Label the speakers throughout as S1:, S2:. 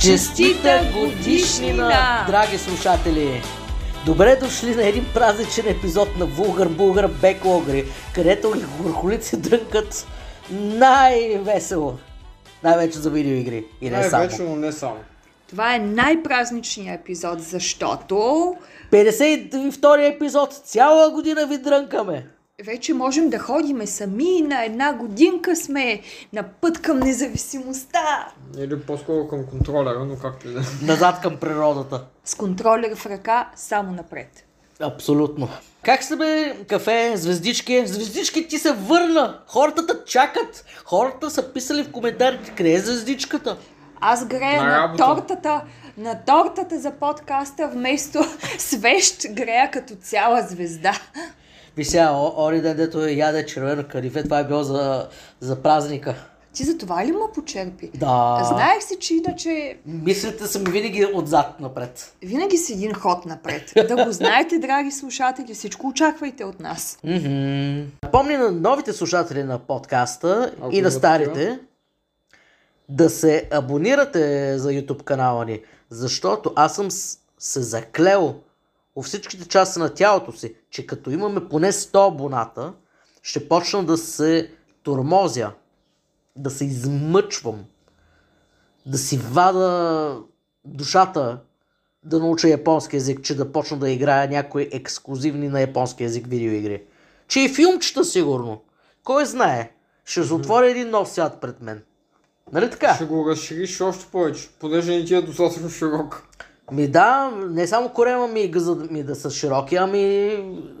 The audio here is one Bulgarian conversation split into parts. S1: Честита годишнина,
S2: драги слушатели! Добре дошли на един празничен епизод на Вулгар Булгар Бек Огри, където ги горхолици дрънкат най-весело. Най-вече за видеоигри и не само.
S3: Най-вече, но не само.
S1: Това е най-празничният епизод, защото
S2: 52 епизод, цяла година ви дрънкаме.
S1: вече можем да ходиме сами. На една годинка сме на път към независимостта.
S3: Или по-скоро към контролера, но както и да. е.
S2: Назад към природата.
S1: С контролер в ръка, само напред.
S2: Абсолютно. Как сте бе, кафе, звездички? Звездички ти се върна! Хората те чакат! Хората са писали в коментарите, къде е звездичката?
S1: Аз грея
S3: На
S1: на,
S3: работа.
S1: тортата, на тортата за подкаста вместо свещ грея като цяла звезда.
S2: Вися, о- оня ден, дето яде червено карифе, това е било за, за празника.
S1: Ти за това ли му почерпи?
S2: Да.
S1: Знаех си, че иначе
S2: Мислите са ми винаги отзад напред.
S1: винаги си един ход напред. Да го знаете, драги слушатели, всичко очаквайте от нас.
S2: Мгм. Напомня на новите слушатели на подкаста
S3: Ако
S2: и на
S3: има
S2: старите да се абонирате за YouTube канала ни, защото аз съм с- се заклел у всичките части на тялото си, че като имаме поне 100 абоната, ще почна да се тормозя, да се измъчвам, да си вада душата, да науча японски язик, че да почна да играя някои ексклюзивни на японски язик видеоигри. Че и филмчета сигурно. Кой знае? Ще се отвори един нов свят пред мен. Нали така?
S3: Ще го разшириш още повече, понеже не ти е достатъчно широк.
S2: Ми да, не само корема ми и газа ми да са широки, ами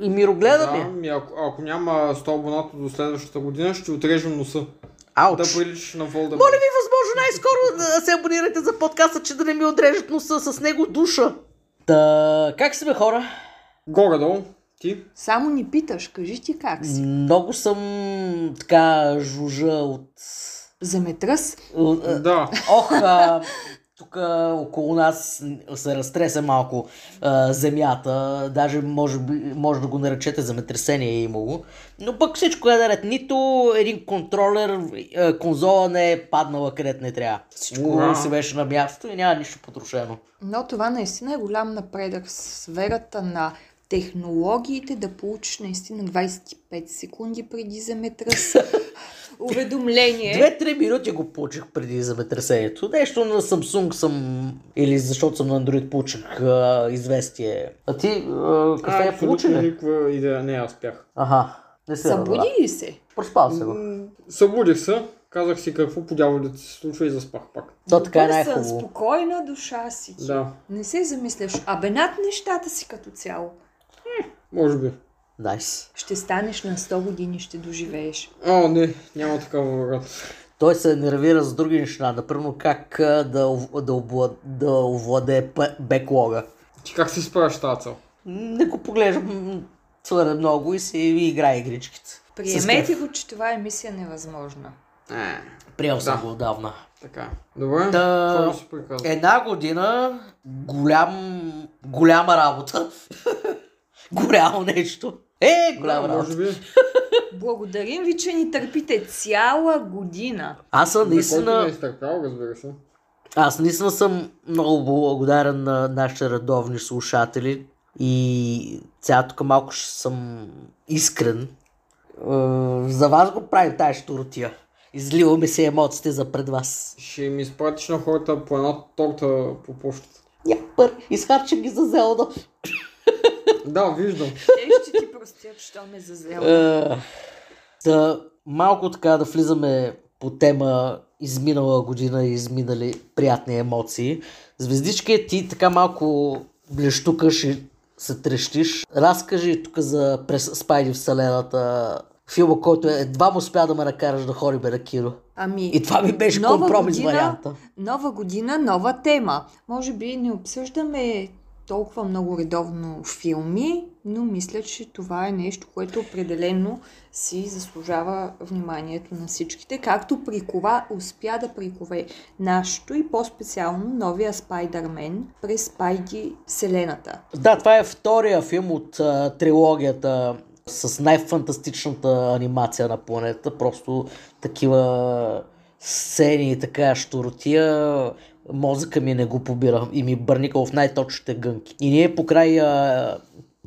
S2: и мирогледа
S3: да,
S2: ми. е.
S3: ми, е, ако, ако няма 100 абоната до следващата година, ще ти отрежем носа.
S2: Ауч.
S3: Да приличаш на Волдемор.
S2: Моля ви, възможно най-скоро да се абонирайте за подкаста, че да не ми отрежат носа с него душа. Та, как сме хора?
S3: Горе-долу, ти.
S1: Само ни питаш, кажи ти как си.
S2: Много съм така жужа от...
S1: Земетръс,
S2: от-
S3: Да,
S2: Ох, а, тук а, около нас се разтресе малко а, земята. Даже може, би- може да го наречете земетресение е имало. Но пък всичко е наред. Нито един контролер, а, конзола не е паднала където не трябва. Всичко
S3: Ура.
S2: си беше на място и няма нищо потрошено.
S1: но това наистина е голям напредък в сферата на технологиите, да получиш наистина 25 секунди преди земетръс уведомление.
S2: Две-три минути го получих преди земетресението. Нещо на Samsung съм, или защото съм на Android, получих а, известие. А ти а, кафе е
S3: абсолютно
S2: получи ли?
S3: никаква идея не е, аз бях.
S2: Аха, не се
S1: Събуди ли се?
S2: Проспал се го.
S3: М, Събудих се, казах си какво по дяволите се случва и заспах пак.
S2: То така е
S1: Добър сън,
S2: най-хубаво.
S1: Спокойна душа си.
S3: Да,
S1: Не се замисляш, а бе над нещата си като цяло.
S3: може би.
S2: Найс.
S1: Ще станеш на 100 години, ще доживееш.
S3: О, не, няма такава вероятност.
S2: Той се нервира за други неща, например как а, да, ов- да, обла- да овладее п- беклога.
S3: Ти как се справяш с тази цел?
S2: Не го поглеждам м, твърде много и си играе игричките. С
S1: Приемете
S2: кеф.
S1: го, че това е мисия невъзможна.
S3: Е,
S2: Приел съм
S3: Да.
S2: го отдавна.
S3: така. е. Добре,
S2: Та-
S3: какво си приказва?
S2: Една година голям, голяма работа. голямо нещо. Е, голяма
S3: Да,
S2: работа.
S3: може би.
S1: Благодарим ви, че ни търпите цяла година.
S2: Аз съм
S3: Който не е
S2: наистина,
S3: изтърпял, разбира се.
S2: аз наистина съм много благодарен на нашите редовни слушатели и сега тук малко ще съм искрен. Е, За вас го правим тази штуртия. Изливаме се емоциите за пред вас.
S3: Ще ми изпратиш на хората по една торта по почтата.
S2: Япър, изхарча ги за Зелда.
S3: Да, виждам.
S1: Те ще ти простят, що ме зазела.
S2: Е, Та, малко така да влизаме по тема изминала година и изминали приятни емоции. Звездички, ти така малко блещукаш и се трещиш. Разкажи тук за през Спайди вселената филма, който едва му успя да ме накараш да ходи бе на кино.
S1: Ами,
S2: И това ми беше
S1: нова
S2: компромис
S1: година,
S2: варианта.
S1: Нова година, нова тема. Може би не обсъждаме толкова много редовно филми, но мисля, че това е нещо, което определено си заслужава вниманието на всичките, както прикова успя да прикове нашето и по-специално новия Спайдермен през Спайди Вселената.
S2: Да, това е втория филм от а, трилогията с най-фантастичната анимация на планета. Просто такива сцени и така щуротия мозъка ми не го побира и ми бърника в най-точните гънки. И ние покрай а,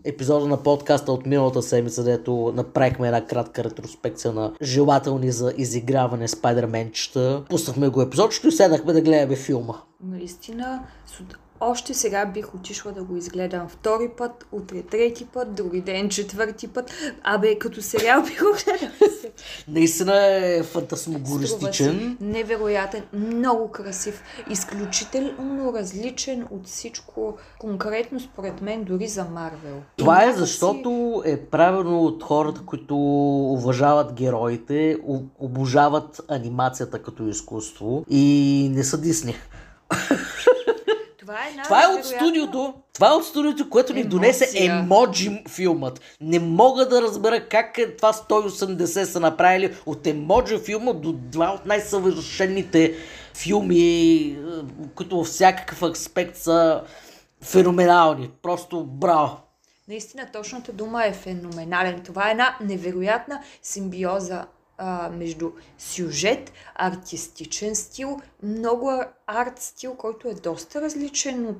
S2: епизода на подкаста от миналата седмица, дето направихме една кратка ретроспекция на желателни за изиграване Спайдерменчета. Пуснахме го епизодчето и седнахме да гледаме филма.
S1: Наистина, с от- още сега бих отишла да го изгледам втори път, утре трети път, други ден четвърти път. Абе, като сериал бих го гледала. се.
S2: Наистина е
S1: Струва
S2: фантасмогористичен.
S1: си. Невероятен, много красив, изключително различен от всичко, конкретно според мен дори за Марвел.
S2: Това е
S1: Някакси-
S2: защото е правилно от хората, които уважават героите, о- обожават анимацията като изкуство и не са Дисни.
S1: Това е, една
S2: Това е от
S1: невероятна-
S2: студиото, това е от студиото, което ни донесе
S1: Емоция.
S2: емоджи филмът. Не мога да разбера как е това 180 са направили от емоджи филма до два от най-съвършените филми, е, които във всякакъв аспект са феноменални. Просто браво!
S1: Наистина, точната дума е феноменален. Това е една невероятна симбиоза а, между сюжет, артистичен стил, много арт стил, който е доста различен от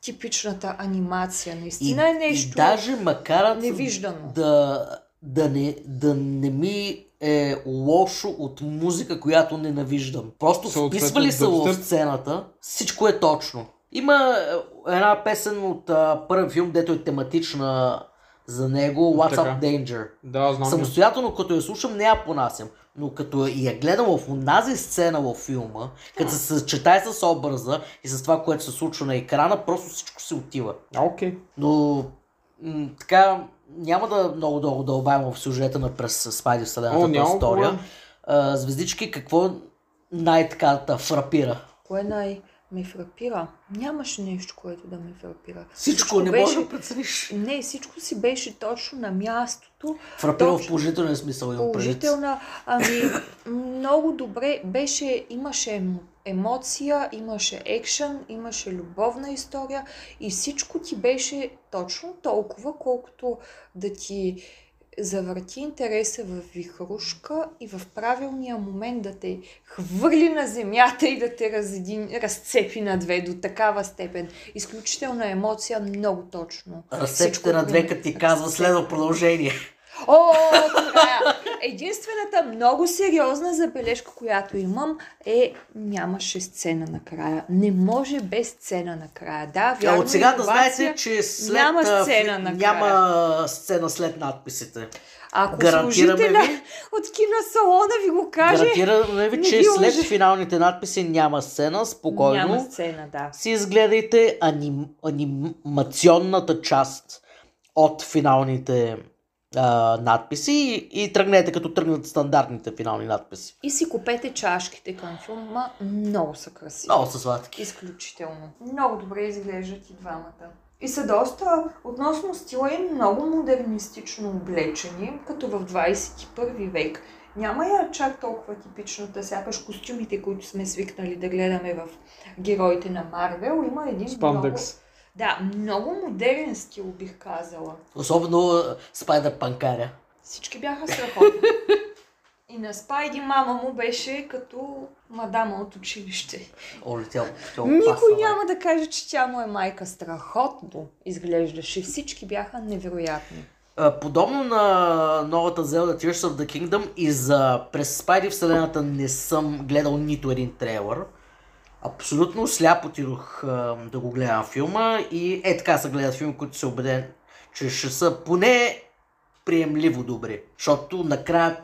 S1: типичната анимация. Наистина е нещо
S2: И даже макар
S1: невиждано.
S2: да, да, не, да не ми е лошо от музика, която ненавиждам. Просто
S3: Съответно,
S2: вписвали се в
S3: дъбстеп.
S2: сцената, всичко е точно. Има е, една песен от а, първи филм, дето е тематична за него, What's
S3: Така.
S2: Up Danger.
S3: Да, знам. я.
S2: Самостоятелно, като я слушам, не я понасям. Но като я гледам в онази сцена във филма, като се съчетае с образа и с това, което се случва на екрана, просто всичко се отива.
S3: А, окей.
S2: Но м- така няма да много дълго дълбаем в сюжета на през Спайди
S3: О,
S2: Вселената
S3: няма
S2: история.
S3: проблем.
S2: А, звездички, какво най-така да фрапира?
S1: Кое най- ме фрапира? Нямаше нещо, което да ме фрапира.
S2: Всичко, не можеш да прецениш.
S1: Не, всичко си беше точно на мястото.
S2: Фрапира в
S1: Точно.
S2: положителен смисъл имам предвид.
S1: Положителна, ами много добре беше, имаше ем- емоция, имаше екшън, имаше любовна история и всичко ти беше точно толкова, колкото да ти завърти интереса в вихрушка и в правилния момент да те хвърли на земята и да те разедин, разцепи на две до такава степен. Изключителна емоция, много точно.
S2: Разцепките
S1: Всичко
S2: на две,
S1: ми-
S2: като ти казва
S1: разцепи.
S2: следва продължение.
S1: О, това е. Единствената много сериозна забележка, която имам е нямаше сцена накрая. Не може без сцена накрая. Да,
S2: А
S1: вярно.
S2: от сега да
S1: иновация.
S2: знаете, че след,
S1: няма
S2: а,
S1: сцена
S2: фи-
S1: накрая.
S2: няма сцена след надписите.
S1: Ако
S2: Гарантираме
S1: служителя
S2: ви,
S1: от киносалона ви го каже,
S2: гарантираме ви,
S1: не
S2: че
S1: ви
S2: след
S1: лъже.
S2: финалните надписи няма сцена, спокойно.
S1: няма сцена, да.
S2: си изгледайте аним, анимационната част от финалните а, надписи и, и тръгнете като тръгнат стандартните финални надписи.
S1: И си купете чашките към филма. Много са красиви.
S2: Много са сладки.
S1: Изключително. Много добре изглеждат и двамата. И са доста, относно стила им, много модернистично облечени, като в 21 век. Няма я чак толкова типичната, сякаш костюмите, които сме свикнали да гледаме в героите на Марвел. Има един много...
S3: Спандекс.
S1: Да, много модерен стил, бих казала.
S2: Особено а, Спайдър Панкаря.
S1: Всички бяха страхотни. И на Спайди мама му беше като мадама от училище.
S2: Оле, тя, тя
S1: Никой
S2: опасна, бе.
S1: няма да каже, че тя му е майка. Страхотно изглеждаше. Всички бяха невероятни.
S2: А, Подобно на новата Zelda Tears of the Kingdom и за през Спайди вселената не съм гледал нито един трейлър. Абсолютно сляп отидох а, да го гледам филма и е така се гледат филми, които се убеден, че ще са поне приемливо добри. Защото накрая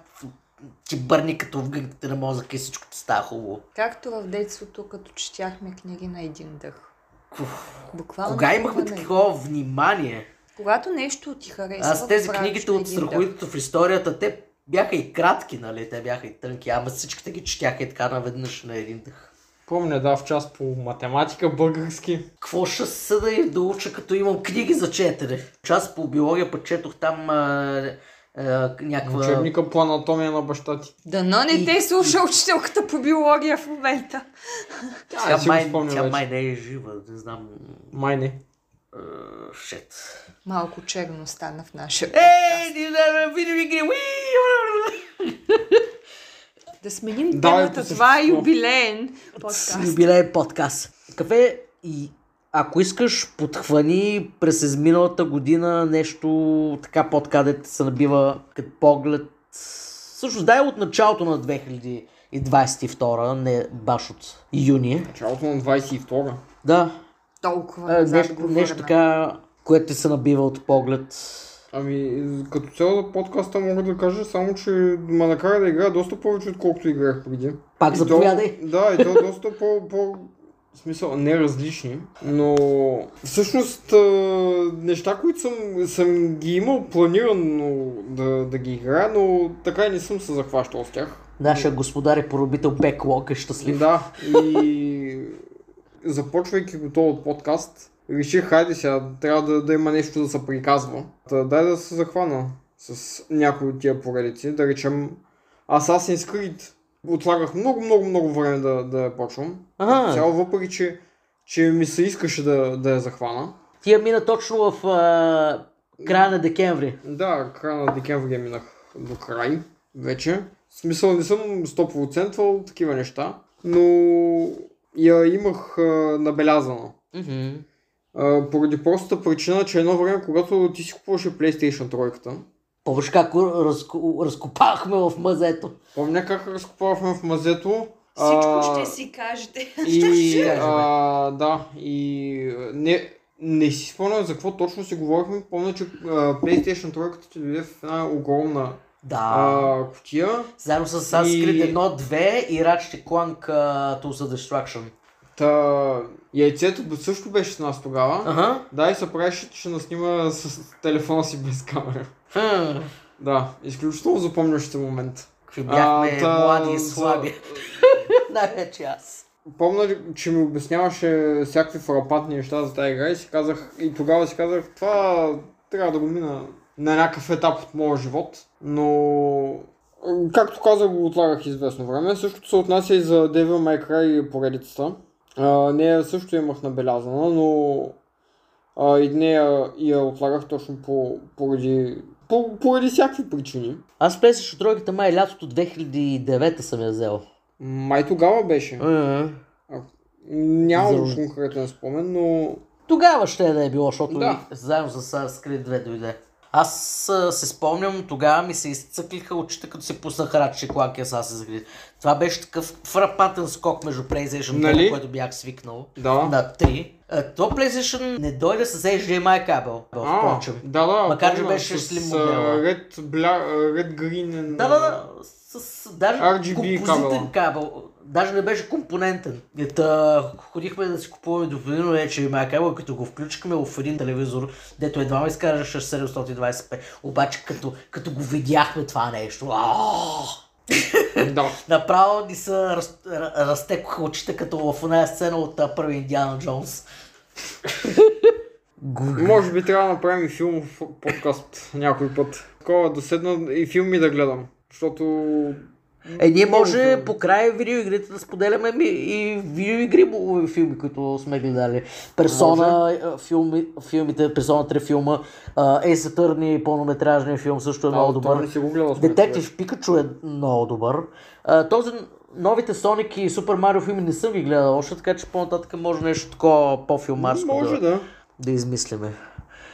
S2: ти бърни като в гънките на мозъка и всичко ти става хубаво.
S1: Както в детството, като четяхме книги на един дъх.
S2: Уф,
S1: Буквално.
S2: Кога
S1: толкова
S2: имахме
S1: на-
S2: такова внимание?
S1: Когато нещо ти харесва,
S2: Аз тези
S1: го правиш
S2: книгите
S1: на
S2: от
S1: един дъх.
S2: страховитото в историята, те бяха и кратки, нали? Те бяха и тънки, ама всичките ги четяха и така наведнъж на един дъх.
S3: Помня, да, в час по математика, български.
S2: Какво ще съда и да уча, като имам книги за четене? Част по биология пък четох там а, а, някаква...
S3: Учебника по анатомия на баща ти.
S1: Дано не
S2: И-
S1: те слуша учителката по биология в момента.
S3: не
S2: Тя,
S3: си го
S2: май,
S3: спомня
S2: тя
S3: вече.
S2: май не е жива, не знам...
S3: Май не.
S2: а, Шет.
S1: Малко черно стана в
S2: Е!
S1: нашия
S3: Е,
S2: Ей, ни да видим игри! уи!
S1: Да сменим
S3: Давай
S1: темата.
S3: по
S1: Това е
S3: същество.
S1: юбилеен подкаст.
S2: Юбилей подкаст. кафе и ако искаш, подхвани през изминалата година нещо така подкадет се набива като поглед. Също дай от началото на 2022, не баш от юни.
S3: Началото на 22-а.
S2: Да,
S1: Толкова
S2: а,
S1: назад
S2: нещо,
S1: говорим.
S2: нещо така, което ти се набива от поглед.
S3: Ами, като цяло за подкаста мога да кажа само, че ме накара да играя доста повече, отколкото играех преди.
S2: Пак
S3: И то-
S2: заповядай.
S3: Да, и то доста по, по в смисъл, не различни, но всъщност а, неща, които съм, съм ги имал планирано да, да ги играя, но така и не съм се захващал с тях.
S2: Нашия господар и поробител Беклок е щастлив.
S3: Да, и започвайки го този подкаст, реших, хайде сега, трябва да, да има нещо да се приказва. Та, дай да се захвана с някои от тия поредици, да речем Assassin's Creed. Отлагах много, много, много време да, да я почвам.
S2: Ага.
S3: Цяло, въпреки, че, че ми се искаше да, да я захвана.
S2: Тия мина точно в а, края на декември.
S3: Да, края на декември я минах до край вече. В смисъл не съм 100% от такива неща, но я имах а, набелязана. А, поради простата причина, че едно време, когато ти си купуваше PlayStation 3,
S2: Помниш как го разко, разкопахме в мазето.
S3: помня как разкупавахме в мазето.
S1: Всичко
S3: а,
S1: ще си кажете.
S3: И,
S2: кажем?
S3: а, да, и а, не, не си спомням за какво точно си говорихме. Помня, че а, PlayStation 3 ти дойде в една огромна
S2: Да.
S3: а, кутия.
S2: Заедно с Assassin's
S3: и-
S2: Creed 1, 2 и Ratchet Clank uh, Tools of Destruction.
S3: Та, яйцето бе- също беше с нас тогава.
S2: Ага.
S3: Да, и се правеше, че наснима с телефона си без камера.
S2: Хм.
S3: Да, изключително запомнящ момент.
S2: Какви бяхме
S3: А, та,
S2: млади и
S3: за-
S2: слаби. Най-вече аз.
S3: Помня, че ми обясняваше всякакви фарапатни неща за тази игра и си казах, и тогава си казах, това трябва да го мина на някакъв етап от моя живот, но м, както казах, го отлагах известно време. Същото се отнася и за Devil May Cry поредицата. А, нея също имах набелязана, но а, и нея я отлагах точно по, поради, по, поради всякакви причини.
S2: Аз PlayStation 3 май е лятото 2009 съм я взел.
S3: Май тогава беше. Нямам
S2: За-
S3: конкретен спомен, но
S2: Тогава ще да е било, защото
S3: Да.
S2: и заедно с Assassin's Creed 2 дойде. Аз а, се спомням, тогава ми се изцъклиха очите, като се пуснах Ratchet Clank и Assassin's Creed. Това беше такъв фрапатен скок между PlayStation 2,
S3: Нали?
S2: на който бях свикнал.
S3: да.
S2: на 3. А, то PlayStation не дойде с HDMI кабел,
S3: А,
S2: впрочем.
S3: да, да.
S2: Макар, че
S3: помня,
S2: беше
S3: с,
S2: slim
S3: а,
S2: модела.
S3: Ред, бля, ред е, гринен.
S2: Да, да, да. С, с, даже
S3: RGB
S2: композитен кабел. Даже не беше компонентен. И та, ходихме да си купуваме допълнително HDMI кабел, като го включихме в един телевизор, дето едва ме изкараше 725. Обаче като, като го видяхме това нещо, ааа!
S3: да. да.
S2: направо ни се раз, ра- разтекоха очите, като в една сцена от а, първи Индиана Джонс. Гу-
S3: Може би трябва да направим и филмов подкаст някой път. Такова да седна и филми да гледам. Защото...
S2: Е, ние
S3: Много
S2: може
S3: филми.
S2: по края видеоигрите да споделяме ми- и видеоигри му- филми, които сме гледали. Персона, а, филми, филмите, Персона 3 филма, а, Ace Attorney, пълнометражния филм също е много
S3: Да, то
S2: добър.
S3: не си го гледал. сме, човек.
S2: Детектив Пикачу е много добър. А, този новите Соник и Супер Марио филми не съм ги гледал още, така че по-нататък може нещо такова по-филмарско
S3: Може
S2: да,
S3: да.
S2: да измислиме.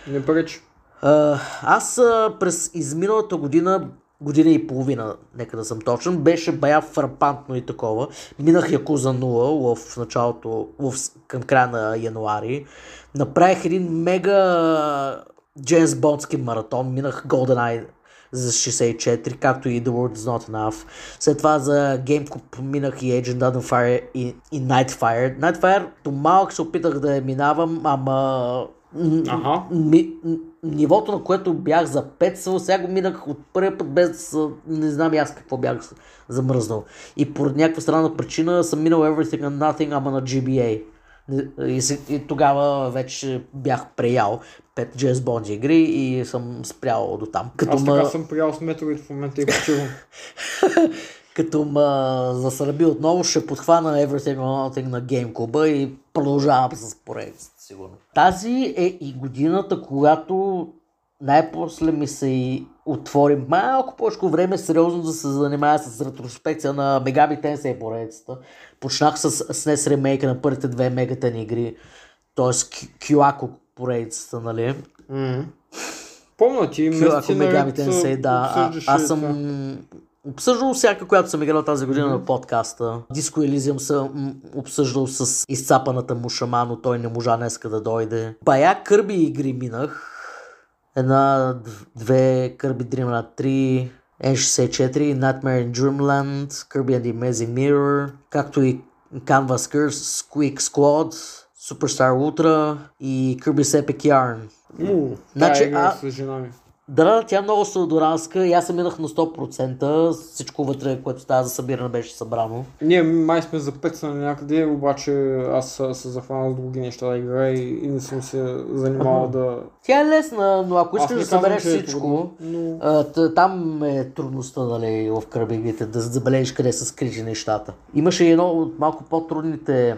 S3: Не пречи.
S2: А, аз а, през изминалата година, година и половина, нека да съм точен, беше бая фрапантно и такова. Минах Якуза 0 в началото, в, с- към края на януари. Направих един мега Джеймс Бондски маратон. Минах GoldenEye за 64, както и The World Is Not Enough. След това за GameCube минах и Agent of Fire и, и Nightfire. Nightfire до малък се опитах да я минавам, ама м,
S3: Аха.
S2: ми, н- нивото, на което бях запецал, сега го минах от първия път без да са- не знам и аз какво бях с- замръзнал. И поради някаква странна причина съм минал Everything and Nothing, ама на GBA. Не- И, се- и тогава вече бях преял 5 Джейс Бонд игри и съм спрял до там. Като
S3: Аз така
S2: ма,
S3: съм приял с метроид в момента и почивам.
S2: като ма засърби отново, ще подхвана Everything or Nothing на GameCube и продължавам с поредицата, сигурно. Тази е и годината, когато най-после ми се и отвори малко повече време сериозно да се занимая с ретроспекция на Megami Tensei поредицата. Почнах с SNES ремейка на първите две мегатен игри, т.е. Кюако поредицата, нали?
S3: М. Помня ти,
S2: Кюако
S3: месеци
S2: Megami
S3: наред
S2: Tensei, да. А,
S3: обсъждаше
S2: аз съм
S3: това.
S2: обсъждал всяка, която съм играл тази година
S3: Мгм.
S2: на подкаста. Диско Елизиум съм м, обсъждал с изцапаната му шамано, той не можа днеска да дойде. Бая кърби игри минах. Една, дв- две, Kirby Dreamland 3, N64, Nightmare in Dreamland, Kirby and the Amazing Mirror, както и Canvas Curse, Squeak Squad, Superstar Ultra и Kirby's Epic Yarn.
S3: Му,
S2: Значи,
S3: значи,
S2: а-
S3: а... с жена ми.
S2: Да, да, тя е много сладоранска и аз се минах на 100%. Всичко вътре, което става за събиране, беше събрано.
S3: Ние май сме запецнали някъде, обаче аз се- се захванал с други неща да играя и, и не съм се занимавал да...
S2: Тя е лесна, но ако
S3: Аз
S2: искаш
S3: не
S2: да
S3: казвам,
S2: събереш
S3: че е
S2: всичко,
S3: трудно, но...
S2: а, т- там е трудността, нали, в кръбигите, да забележиш къде са скрити нещата. Имаше и едно от малко по-трудните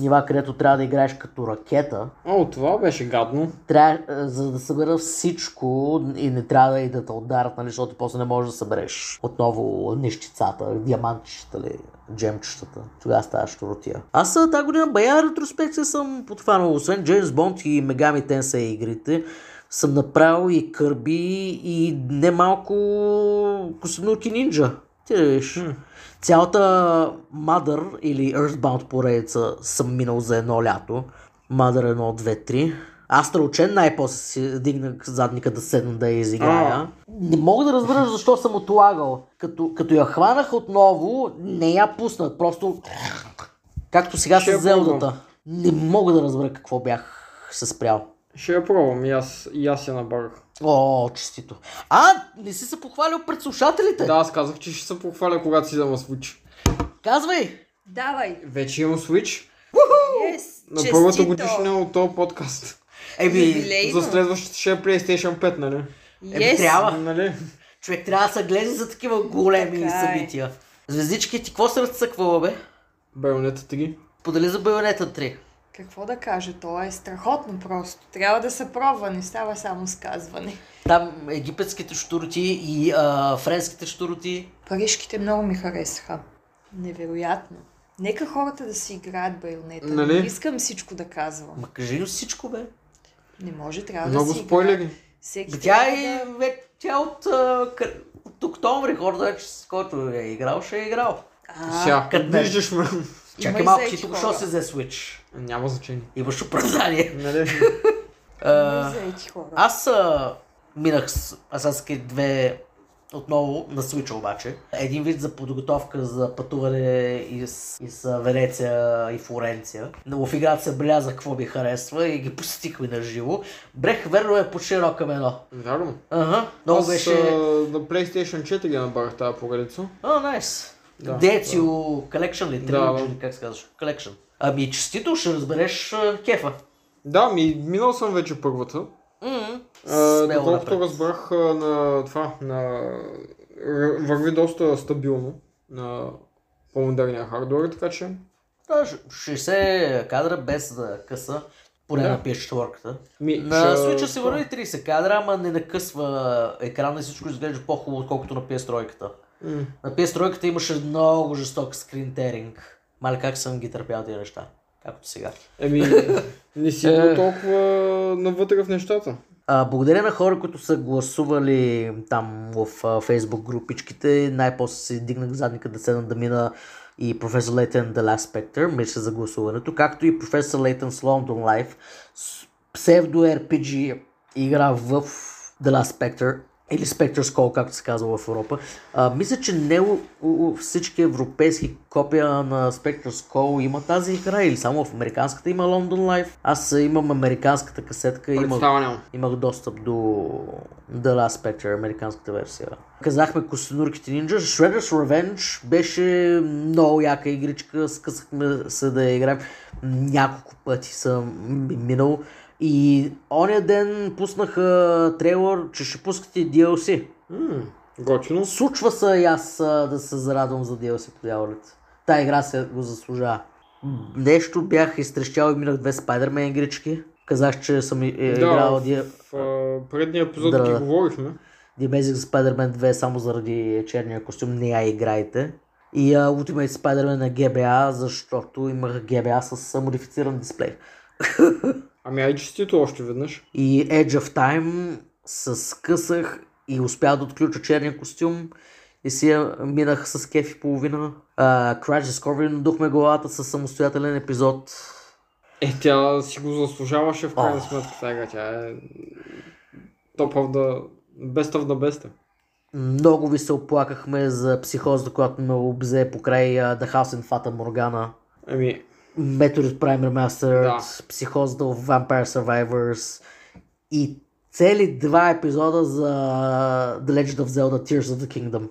S2: нива, където трябва да играеш като ракета.
S3: О, това беше гадно.
S2: Трябва, а, е, за да събера всичко и не трябва да и да те ударят, нали, защото после не можеш да събереш отново нещицата, диамантчета ли, джемчетата. Тогава ставаш рутия. Аз а, тази година бая ретроспекция съм подхванал. Освен Джеймс Бонд и Мегами Тенса игрите, съм направил и Кърби и немалко Космилки Нинджа. Ти да видиш. Цялата Mother или Earthbound поредица съм минал за едно лято. Mother 1, 2, 3. Астралчен най-после си дигнах задника да седна да я изиграя.
S3: А.
S2: Не мога да разбера защо съм отлагал. Като, като я хванах отново, не я пуснах. Просто както сега
S3: Ще
S2: с
S3: я пробвам.
S2: Зелдата. Не мога да разбера какво бях се спрял.
S3: Ще я пробвам и аз, и аз я набарах.
S2: О, честито. А, не си се похвалил пред слушателите.
S3: Да, аз казах, че ще се похваля, когато си взема Switch.
S2: Казвай.
S1: Давай!
S3: Вече имам Switch.
S1: Yes!
S3: На първата годишна от този подкаст.
S2: Еби,
S1: Юбилейно.
S3: За следващата ще е PlayStation 5, нали?
S2: Еми,
S1: Yes!
S2: трябва. А.
S3: Нали?
S2: човек трябва да се гледа за такива големи
S1: Така е.
S2: събития. Звездички, ти какво се разцъквала, бе?
S3: Байонета 3.
S2: Подели за Байонета 3.
S1: Какво да кажа? То е страхотно просто. Трябва да се пробва, не става само сказване.
S2: Там египетските штурти и а, френските штурти.
S1: Парижките много ми харесаха. Невероятно. Нека хората да си играят байонета.
S3: Нали?
S1: Не искам всичко да казвам.
S2: Ма кажи ни всичко, бе.
S1: Не може, трябва
S3: Много
S1: да си играе.
S3: спойлери.
S1: Всеки
S2: Бе, Тя
S1: трябва
S2: е,
S1: да-
S2: бе, тя е от, а, кър... от октомври, хората, вече, с който е играл, ще е играл.
S1: А,
S3: Сега,
S2: къде?
S3: виждаш ме.
S2: Чакай
S1: и
S2: малко,
S1: заети
S2: ти тук
S1: хора.
S2: що се взе Switch.
S3: Няма значение.
S2: Имаш оправдание.
S3: Нали?
S2: А,
S1: има и заети хора.
S2: Аз а, минах с Assassin's Creed 2 отново на Switch обаче. Един вид за подготовка за пътуване из, из а, Венеция и Флоренция. Но в играта се белязах какво ми харесва и ги посетихме на живо. Брех верно е почти едно към едно.
S3: Вярно.
S2: Ага, много
S3: Аз, а,
S2: беше...
S3: на PlayStation 4 я набарах тази поредица.
S2: О, найс.
S3: Да,
S2: Децио Collection ли?
S3: Да,
S2: Да,
S3: да.
S2: как се казваш? Collection. Ами честито ще разбереш а, кефа.
S3: Да, ми минал съм вече първата.
S2: М,
S3: А,
S2: смело
S3: Доколкото
S2: напред.
S3: разбрах а, на това, на... р- върви доста стабилно на по-модерния хардуер, така че
S2: Да, ж- 60 е кадра без да къса, поне
S3: Да.
S2: на PS4.
S3: ми,
S2: На
S3: ще-
S2: Switch се върви 30 кадра, ама не накъсва екрана и всичко изглежда по-хубаво, отколкото на PS3.
S3: М.
S2: На PS3 имаше много жесток скринтеринг. Мале как съм ги търпял тези неща, както сега.
S3: Еми, не си
S2: Е.
S3: бил толкова навътре в нещата.
S2: А, благодаря на хора, които са гласували там в а, фейсбук групичките. Най-после си дигнах задника да седна да мина и професор Лейтън The Last Spectre, мисля за гласуването, както и професор Лейтън с London Life, с псевдо-RPG игра в The Last Spectre, или Spectre Call, както се казва в Европа. А, мисля, че не у, у, всички европейски копия на Spectre Call има тази игра, или само в американската има London Life. Аз а, имам американската касетка, имам
S3: Представа нямам.
S2: имах достъп до The Last Spectre, американската версия. Казахме Костенурките Нинджа. Shredder's Revenge беше много яка игричка. Скъсахме се да я играем. Няколко пъти съм ми- минал. И оня ден пуснаха трейлър, че ще пускате DLC.
S3: М, Готино.
S2: Случва се и аз а, да се зарадвам за DLC по дяволите. Та игра се го заслужава. М, Нещо бях изтрещял и минах две Spider-Man игрички. Казах, че съм и- е,
S3: Да,
S2: играл
S3: в,
S2: ди-
S3: в, а, предния епизод
S2: Да.
S3: да. ги говорихме.
S2: The Amazing Spider-Man 2 само заради черния костюм не я играйте. И а, Ultimate Spider-Man на GBA, защото имах GBA с а, модифициран дисплей.
S3: Ами ай честито още веднъж.
S2: И Edge of Time с скъсах и успях да отключа черния костюм и си я минах с кеф и половина. А, Crash Discovery надухме главата с самостоятелен епизод.
S3: Е, тя си го заслужаваше в крайна
S2: Ох.
S3: сметка тази игра. Тя е... Топ of the... Best of the best.
S2: Много ви се оплакахме за психоза, която ме обзе покрай а, The House in Fata Morgana.
S3: Ами,
S2: Metroid Prime Remastered,
S3: Да.
S2: Психозата в Vampire Survivors и цели два епизода за The Legend of Zelda Tears of the Kingdom.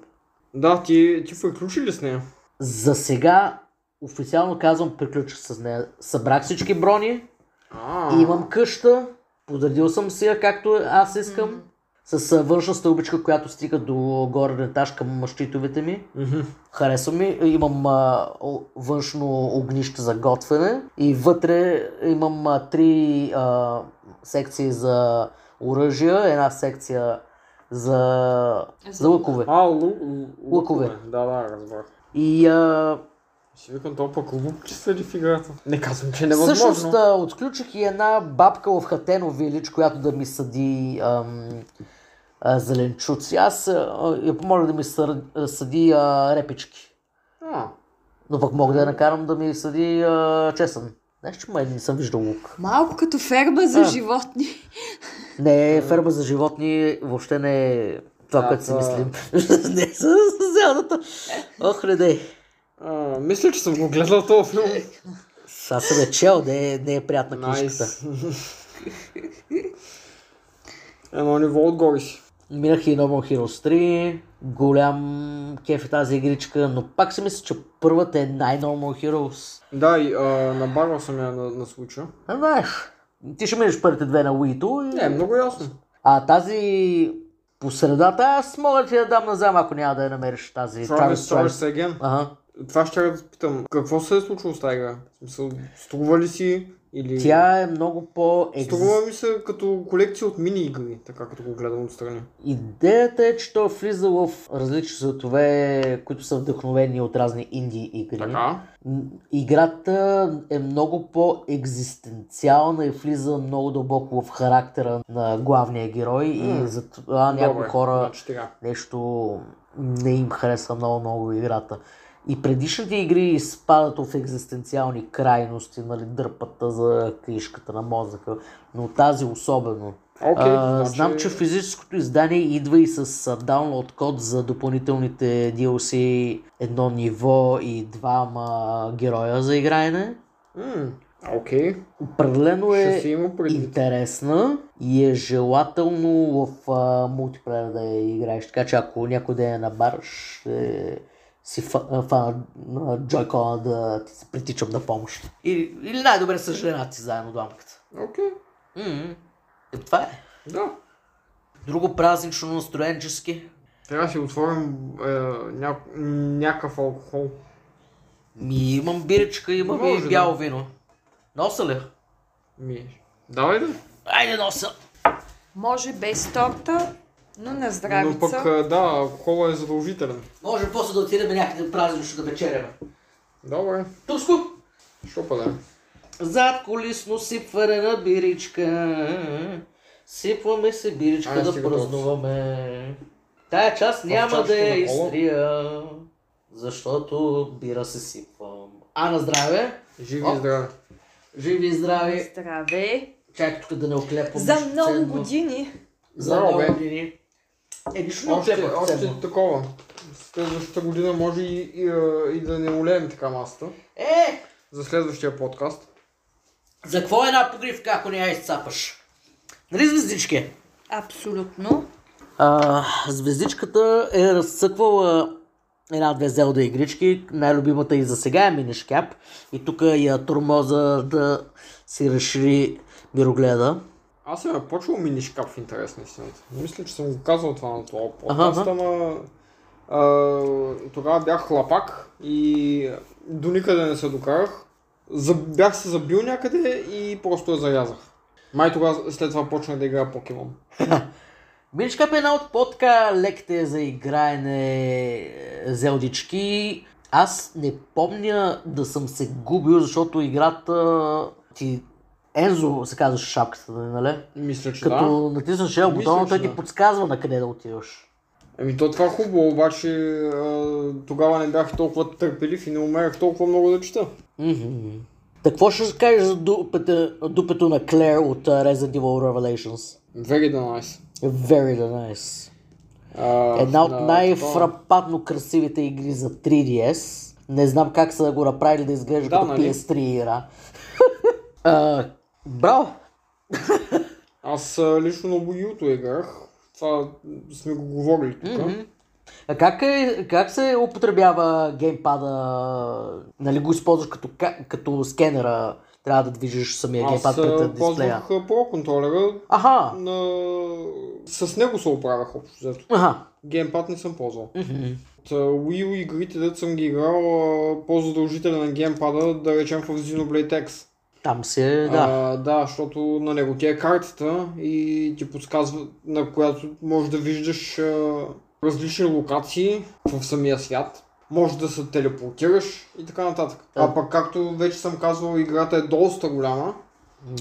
S3: да, ти, ти приключи ли с нея?
S2: За сега официално казвам, приключих с нея. Събрах всички брони,
S3: А,
S2: и имам къща, подредил съм си я както аз искам,
S1: Мгм.
S2: с а, външна стълбичка, която стига до горен етаж към щитовете ми.
S3: Мгм.
S2: Харесва ми. Имам а, о- външно огнище за готвене и вътре имам а, три а, секции за оръжия, една секция за, за лъкове.
S3: А, лу, лу,
S2: Лукове.
S3: Да, да, разбрах.
S2: И а,
S3: Си викам, то пък лук ли са ли в играта? Не казвам, че е невъзможно.
S2: всъщност а, отключих и една бабка в Хатено Вилич, която да ми съди ам, а, зеленчуци. Аз а, я помоля да ми сър, съди а, репички.
S3: А,
S2: Но пък мога да я накарам да ми съди а, чесън. Знаеш, че май не съм виждал лук.
S1: Малко като ферма за
S2: А.
S1: животни.
S2: Не, е ферма за животни въобще не е това,
S3: Да,
S2: което си
S3: това-
S2: мислим. не е с зелната. Ох, не, не.
S3: а, мисля, че съм го гледал този
S2: Е,
S3: филм.
S2: Аз съм е чел, не е, не е приятна книжката.
S3: Найс. Едно ниво отгоре си.
S2: Минах и Normal Heroes 3, голям кеф е тази игричка, но пак си мисля, че първата е най-Normal Heroes.
S3: Да, и а, набарвал съм я на, на случая.
S2: А, знаеш, ти ще минеш първите две на Wii-то и...
S3: Не, е много ясно.
S2: А тази по средата, аз мога да ти я дам назам, ако няма да я намериш тази Travis
S3: Travis Strikes
S2: Trice.
S3: Again.
S2: Ага.
S3: Това ще я да питам. Какво се е случило с тази игра? В смисъл, струва ли си? Или...
S2: Тя е много по
S3: Струва ми се като колекция от мини игри, така като го гледам отстрани.
S2: Идеята е, че той е влизал в различни светове, които са вдъхновени от разни инди игри.
S3: Така.
S2: М, Играта е много по-екзистенциална и влиза много дълбоко в характера на главния герой и
S3: М.
S2: затова някои
S3: Добре,
S2: хора
S3: Значи така.
S2: нещо не им харесва много много играта. И предишните игри изпадат в екзистенциални крайности, нали, дърпата за кришката на мозъка, но тази особено.
S3: Окей,
S2: а,
S3: значи...
S2: Знам, че физическото издание идва и с а, даунлоад код за допълнителните DLC, едно ниво и двама героя за играене.
S3: М, Окей,
S2: Определено
S3: ще
S2: е
S3: си има предвид.
S2: интересна и е желателно в а, мултиплеер да я играеш. Така че ако някой да я набараш, ще си фа- а, фана на джойкона да ти се притичам на помощ. Или, или най-добре с жена ти заедно двамката.
S3: Окей,
S2: М, Е, това е.
S3: да.
S2: Друго празнично настроенчески.
S3: Трябва да си отворим е, ня... някакъв алкохол.
S2: Ми имам биричка, имам
S3: Може,
S2: и
S3: да.
S2: бяло вино. Носа ли?
S3: Ми. е. Давай да.
S2: Айде носа!
S1: Може без торта, но на
S3: Но пък
S1: здравица.
S3: е, да, алкохола е задължителен.
S2: Може после да отидем някъде празнично да вечеряме.
S3: Добре,
S2: Туско!
S3: що па да. е.
S2: Зад колисно сипване на биричка. Сипваме се биричка
S3: Ай,
S2: да
S3: стига толкова.
S2: празнуваме. Тая част няма
S3: чашата
S2: да я
S3: на кола?
S2: изтрия, защото бира се сипвам. А на здраве!
S3: Живи и здраве.
S2: Живи и здрави!
S1: Здраве!
S2: Чакай тук да не оклепам.
S1: За
S2: нищо
S1: много
S2: е, ценно.
S1: години.
S2: За много
S3: Бе.
S2: години. Е, нищо не
S3: Още,
S2: оклепах
S3: още
S2: ценно.
S3: такова. Следващата година може и, и, е, и да не олеем така масата.
S2: Е!
S3: За следващия подкаст.
S2: За какво е една погривка, ако не я изцапаш? Нали звездички?
S1: Абсолютно.
S2: А, звездичката е разцъквала една-две Зелда игрички. Най-любимата и за сега е Minish Cap. И тук е я турмоза да си разшири мирогледа.
S3: Аз съм я почвал минишкап в интерес на истината. Мисля, че съм го казал това на това
S2: Аха,
S3: подкаст,
S2: аха.
S3: ама а, тогава бях хлапак и до никъде не се докарах. За, бях се забил някъде и просто я зарязах. Май тогава след това почнах да играя Покемон.
S2: Милич Къп е една от по-така лекте за играене е, зелдички. Аз не помня да съм се губил, защото играта ти... Ензо се казваше шапката, нали?
S3: Мисля, че да.
S2: Като натиснеш ел
S3: Мисля,
S2: бутона,
S3: че
S2: той ти
S3: да.
S2: подсказва на къде да отиваш.
S3: Ами то това е хубаво, обаче а, тогава не бях толкова търпелив и не умеях толкова много да чета.
S2: Мгм. Та какво ще кажеш за дупето, дупето на Клер от а, Resident Evil Revelations?
S3: Very nice.
S2: Very nice.
S3: А,
S2: Една от
S3: да,
S2: най-фрапатно красивите игри за 3DS. Не знам как са го направили да изглежда
S3: Да,
S2: като
S3: нали?
S2: PS3 игра. А, Браво!
S3: Аз а, лично на Wii u играх. Това сме го говорили тук.
S2: Мгм. А как, е, как се употребява геймпада? Нали го използваш като, ка- като скенера? Трябва да движиш самия
S3: Аз
S2: геймпад пред а,
S3: а,
S2: дисплея.
S3: ползвах а, Pro контролера.
S2: Аха!
S3: На... С него се оправях общо взето.
S2: Аха!
S3: Геймпад не съм ползвал.
S2: Мгм.
S3: От а, Wii U игрите, дето съм ги играл, а, по-задължителен е на геймпада, да речем в Xenoblade X.
S2: Там се, да.
S3: А, да, защото на него ти е картата и ти подсказва, на която можеш да виждаш а, различни локации в самия свят. Може да се телепортираш и така нататък.
S2: Да.
S3: А пък, както вече съм казвал, играта е доста голяма.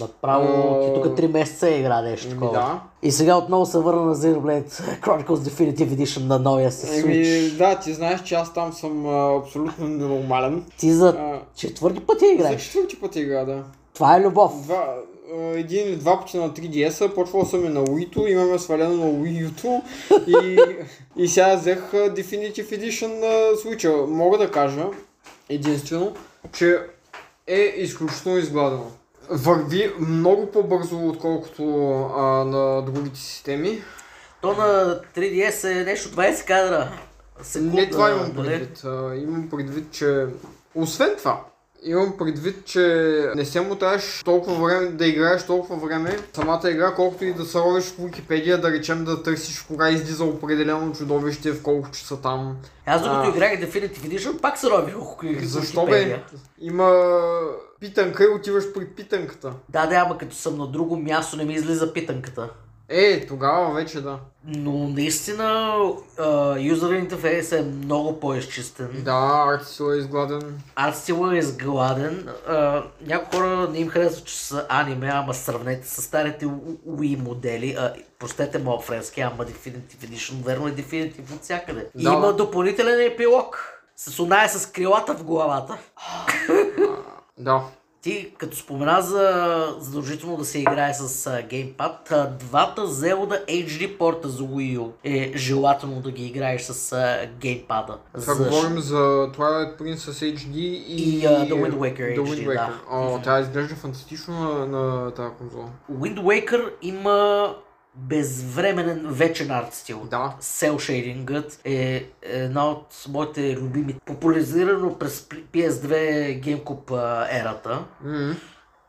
S2: Направо ти
S3: а,
S2: тук 3 месеца е игра нещо
S3: Еми,
S2: такова.
S3: да.
S2: И сега отново се върна на Xenoblade Chronicles Definitive Edition на новия си
S3: Еми,
S2: Switch.
S3: Ами, да, ти знаеш, че аз там съм а, абсолютно ненормален.
S2: Ти за
S3: А,
S2: четвърти път я
S3: за
S2: играеш.
S3: четвърти път игра, да.
S2: Това е любов.
S3: Два, а, един или два пъти на 3DS-а, почвал съм и на Wii-то, имаме свалено на Wii-то и, и сега взех а, Definitive Edition на Switch-а. Мога да кажа единствено, че е изключително изгладено. Върви много по-бързо, отколкото а, на другите системи.
S2: То на 3DS е нещо 20 кадра.
S3: Ами, Не това
S2: нали?
S3: имам предвид. А, имам предвид, че... Освен това, имам предвид, че не се мутаеш толкова време, да играеш толкова време самата игра, колкото и да се ровиш в Wikipedia, да речем да търсиш кога излиза определено чудовище, в колко часа там.
S2: Аз докато
S3: А.
S2: играх Definitive Edition, пак се рових около
S3: Защо бе?
S2: Wikipedia.
S3: Има питанка и отиваш при питанката.
S2: Да, да, ама като съм на друго място, не ми излиза питанката.
S3: Е, тогава вече да.
S2: Но наистина, а, юзер интерфейс е много по-изчистен.
S3: Да, артисил е изгладен.
S2: Аз стила е изгладен. А, някои хора не им харесва, че са аниме, ама сравнете с старите У- Wii модели. А, простете моят френски, ама Definitive Edition, верно е Definitive от всякъде. И
S3: Да.
S2: има допълнителен епилог. С оная с крилата в главата.
S3: Да.
S2: Ти, като спомена за задължително да се играе с а, геймпад, а, двата Zelda HD порта за Wii U е желателно да ги играеш с а, геймпада.
S3: Това
S2: Защ-
S3: говорим за е Twilight Princess HD и...
S2: И, а, The Wind Waker HD,
S3: The Wind
S2: да.
S3: Waker. О, тя изглежда фантастично на, на тази конзола.
S2: Wind Waker има безвременен вечен арт стил.
S3: Да.
S2: Cell Shading е една от моите любими, популяризирано през PS2 GameCube а, ерата.
S3: М.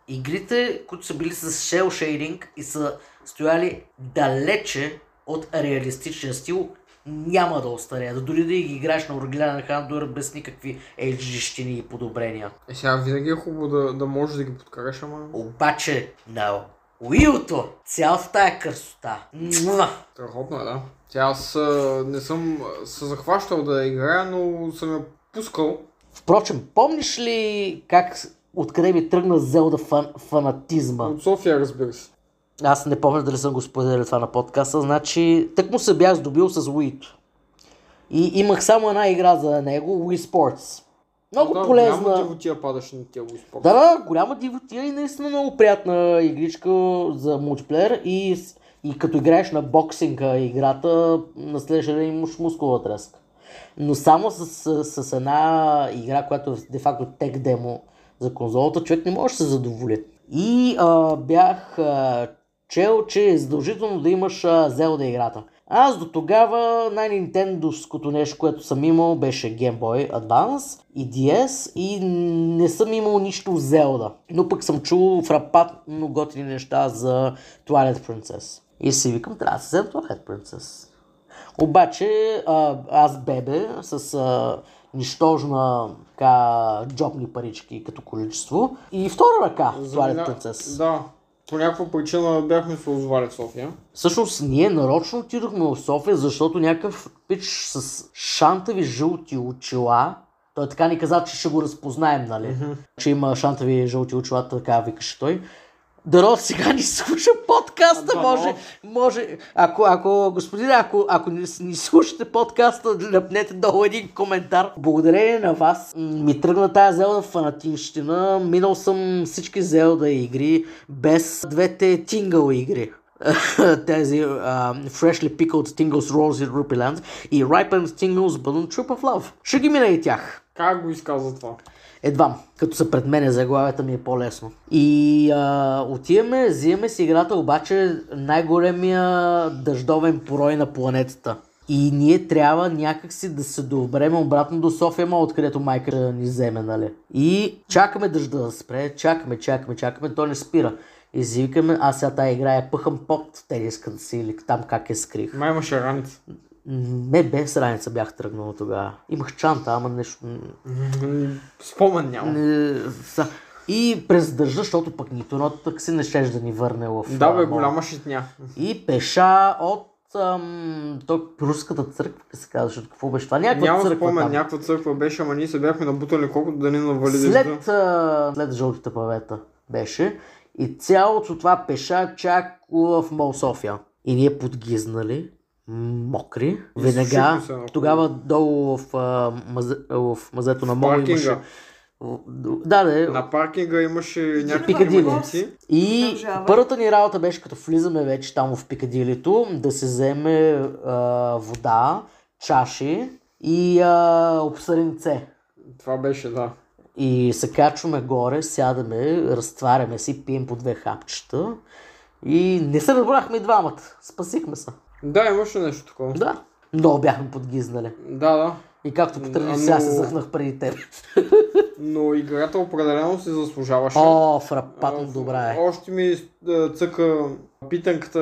S2: Игрите, които са били с Cell Shading и са стояли далече от реалистичен стил, няма да остареят. Дори да ги играеш на оригинален хандуер без никакви HD-щини и подобрения.
S3: Е, сега винаги е хубаво да, да можеш да ги подкараш, ама...
S2: Обаче на Уилто, цялата тая красота. Муа!
S3: Страхотно е, да. Тя аз а, не съм а, се захващал да играя, но съм я пускал.
S2: Впрочем, помниш ли как откъде ми тръгна Зелда фан, фанатизма?
S3: От София, разбира се.
S2: Аз не помня дали съм го споделил това на подкаста, значи тък му се бях здобил с Wii. И имах само една игра за него, Wii Sports. Много
S3: да,
S2: полезна.
S3: Няма тия падаш на тия спорт.
S2: Да, да, голяма дивотия и наистина много приятна игричка за мултиплеер и, с- и като играеш на боксинга играта, на следващия ден имаш мускула тръска. Но само с, с, с една игра, която е де-факто тек демо за конзолата, човек не може да се задоволи. И а, бях а, чел, че е задължително да имаш а, Зелда играта. Аз до тогава най-нинтендовското нещо, което съм имал, беше Game Boy Advance и DS и не съм имал нищо Зелда. Но пък съм чул фрапатно готини неща за Twilight Princess. И си викам, трябва да се взема Twilight Princess. Обаче а, аз бебе с а, нищожна е така, джобни парички като количество и втора ръка Twilight Princess.
S3: Да. по някаква причина бяхме се озвали в София.
S2: Всъщност ние нарочно отидохме в София, защото някакъв пич с шантави жълти очила, той така ни каза, че ще го разпознаем, нали? Че има шантави жълти очила, така викаше той. Дано сега ни слуша подкаста,
S3: Дано.
S2: може, може, ако, ако, господине, ако, ако ни, ни слушате подкаста, напнете долу един коментар. Благодарение на вас м, ми тръгна тази Зелда фанатинщина, минал съм всички Зелда игри, без двете Тингъл игри. тези а, Freshly Pickled Tingles Rosy Ruby Land и Ripened Tingles Balloon Troop of Love. Ще ги мина и тях.
S3: Как го изказа това?
S2: Едва, като са пред мене заглавията ми е по-лесно. И а, отиваме, взимаме си играта, обаче най-големия дъждовен порой на планетата. И ние трябва някакси да се добрем обратно до София Мол, откъдето майка ни вземе, нали? И чакаме дъжда да спре, чакаме, чакаме, чакаме, то не спира. И си викаме, аз сега тая игра я пъхам под тениската си или там как я скрих.
S3: Май имаше раница.
S2: Не без раница бях тръгнал тогава. Имах чанта, ама нещо
S3: М, Спомен няма.
S2: не, са. Е, И през дъжда, защото пък нито едно такси не щеш да ни върне в...
S3: Да бе,
S2: а,
S3: голяма шитня.
S2: И пеша от ам, той руската църква, как се казваше, от какво беше това? Някаква
S3: Няма
S2: църква
S3: спомен,
S2: там.
S3: някаква църква беше, ама ние се бяхме набутали колкото да ни навали дъжда.
S2: След, а, след жълтите павета беше. И цялото това пеша чак в Мол София. И ние подгизнали, мокри. Веднага,
S3: Изсушихме се, ако-
S2: тогава долу в, а, мазе, в мазето на
S3: В
S2: Мол имаше...
S3: паркинга.
S2: Да, да,
S3: На паркинга имаше някакви
S2: Пикадили.
S3: ремонти.
S2: И
S1: Държава.
S2: първата ни работа беше, като влизаме вече там в Пикадилито, да се вземе а, вода, чаши и а, обсърнце.
S3: Това беше, да.
S2: И се качваме горе, сядаме, разтваряме си, пием по две хапчета. И не се разбрахме и двамата. Спасихме се.
S3: Да, имаше нещо такова.
S2: Да. Много бяхме подгизнали.
S3: Да, да.
S2: И както потръгнеш,
S3: Ано-
S2: сега се захнах преди теб.
S3: Но играта определено се заслужаваше.
S2: О,
S3: А,
S2: фрапатно добра е.
S3: Още ми а, цъка питанката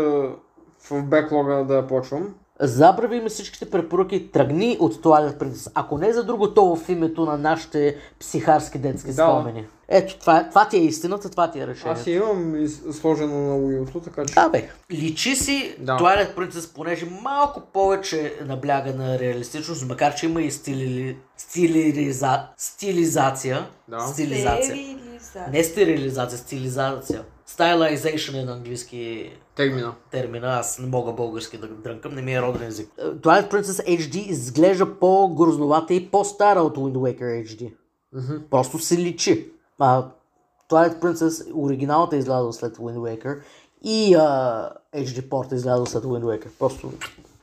S3: в беклога да я почвам.
S2: Забрави ми всичките препоръки, тръгни от туалет принцес. Ако не е за друго, то в името на нашите психарски детски
S3: Да.
S2: спомени. Ето, това, е- това ти е истината, това ти е решението.
S3: Аз си имам из- сложено на уилото, така че...
S2: Да, бе. Личи си
S3: Да.
S2: туалет принцес, понеже малко повече набляга на реалистичност, макар че има и стили... стилириза... стилизация.
S3: Да.
S2: Стилизация.
S1: Стерилизация.
S2: Не е стерилизация, стилизация. Stylization е на английски
S3: Термина.
S2: термина, аз не мога български да дрънкам, не ми е роден език. Е, Twilight Princess HD изглежда по-грозновата и по-стара от Wind Waker HD. Просто се личи. А, Twilight Princess оригиналната е излязла след Wind Waker и а, HD порта е излязла след Wind Waker. Просто...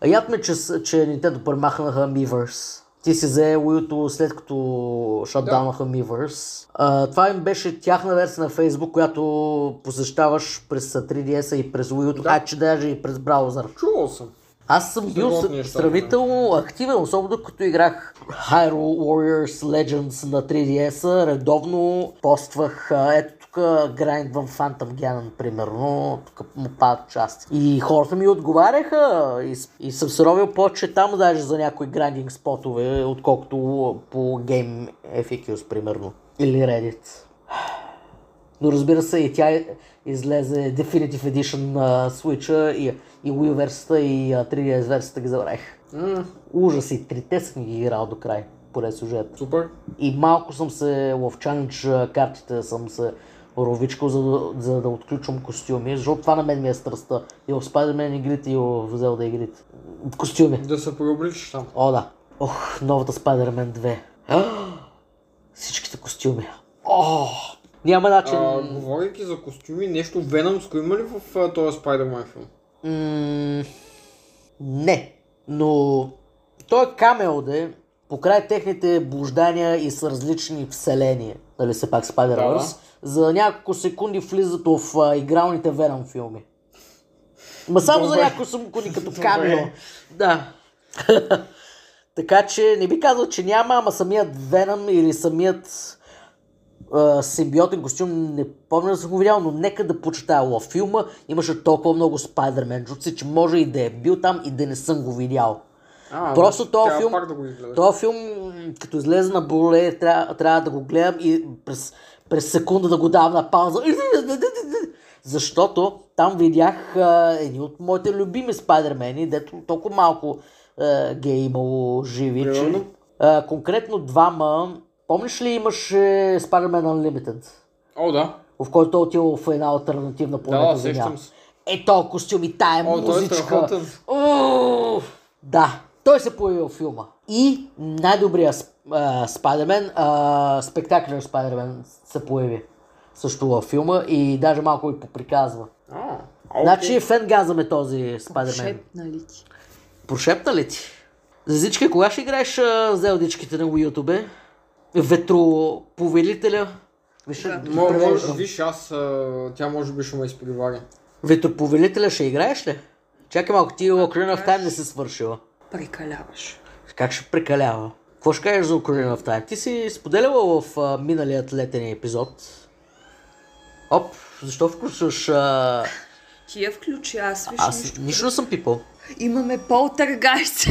S2: А яд ме, че, с- че Nintendo премахнаха Miiverse. Ти си взе Уилто след като шатдаунаха Miiverse. А, това им беше тяхна версия на Facebook, която посещаваш през 3DS и през Wii U,
S3: Да.
S2: а че даже и през браузър.
S3: Чувал съм.
S2: Аз съм бил
S3: Страхотни
S2: с-
S3: неща,
S2: сравнително активен, особено като играх Hyrule Warriors Legends на 3DS, редовно поствах, а, ето тук грайндвам Phantom Ganon, примерно, тук му падат части. И хората ми отговаряха и, с- и съм се ровил повече там даже за някои грандинг спотове, отколкото по Game FAQs, примерно, или Reddit. Но разбира се, и тя излезе Definitive Edition на Switch и, и Wii версията и а, 3DS версията ги забравих.
S3: М,
S2: Ужас и трите съм ги играл до край, поред сюжета.
S3: Супер.
S2: И малко съм се ловчанил, че картите съм се ровичкал, за, да- за да отключвам костюми, защото това на мен ми е страстта. И в Spider-Man игрите, и в Zelda игрите. Костюми.
S3: Да се преобличаш там.
S2: О, да. Ох, новата Spider-Man 2. Ах, Всичките костюми. О, няма начин.
S3: А, говорейки за костюми, нещо Веномско има ли в а, този Spider-Man филм?
S2: М, не, но той е камел да е, покрай техните блуждания и с различни вселени, нали все пак Spider-Verse,
S3: Да.
S2: за няколко секунди влизат в а, игралните Venom филми. Ма само за
S3: Добре.
S2: няколко секунди като камео.
S3: Добре.
S2: Да. така че не би казал, че няма, ама самият Venom или самият а, симбиотен костюм, не помня да съм го видял, но нека да почитая лов филма. Имаше толкова много Spider-Man жуци, че може и да е бил там и да не съм го видял.
S3: А,
S2: Просто
S3: да,
S2: този
S3: трябва
S2: филм-
S3: пак да го изгледаш.
S2: Този филм, м, като излезе на Буле, трябва, трябва да го гледам и през, през секунда да го давам на пауза. Защото там видях а, едни от моите любими спайдермени, дето толкова малко а, ги е имало живи. Че,
S3: Примерно?
S2: а, конкретно двама. Помниш ли имаше Spider-Man Unlimited?
S3: О, да.
S2: В който той отива в една альтернативна планета
S3: Да, да,
S2: Земя.
S3: сещам се.
S2: Е, то костюм и тая
S3: О, той е
S2: музичка.
S3: страхотен.
S2: Уф! Да, той се появи във филма. И най-добрия сп- а, Спайдермен, а, спектакъл Спайдермен се появи също във филма и даже малко ви поприказва.
S3: А, а,
S2: Значи
S3: окей.
S2: фенгазаме този Спайдермен.
S1: Шепна ли ти?
S2: Прошепна ли ти? Зазичка, кога ще играеш а, зелдичките на Wii U, бе? Ветроповелителя? Виж,
S1: Да.
S3: Мо- Може,
S2: превеждам.
S3: виж, аз, а, тя може би ще ме изпревари.
S2: Ветроповелителя ще играеш ли? Чакай малко, ти Ocarina в Time не се свършила.
S1: Прекаляваш.
S2: Как ще прекалява? Какво ще кажеш за Ocarina of Time? Ти си споделяла в а, миналият летен епизод. Оп, защо включваш... А...
S1: Ти я включи, аз виж
S2: Аз
S1: нищо.
S2: нищо не съм пипал.
S1: Имаме полтъргайца.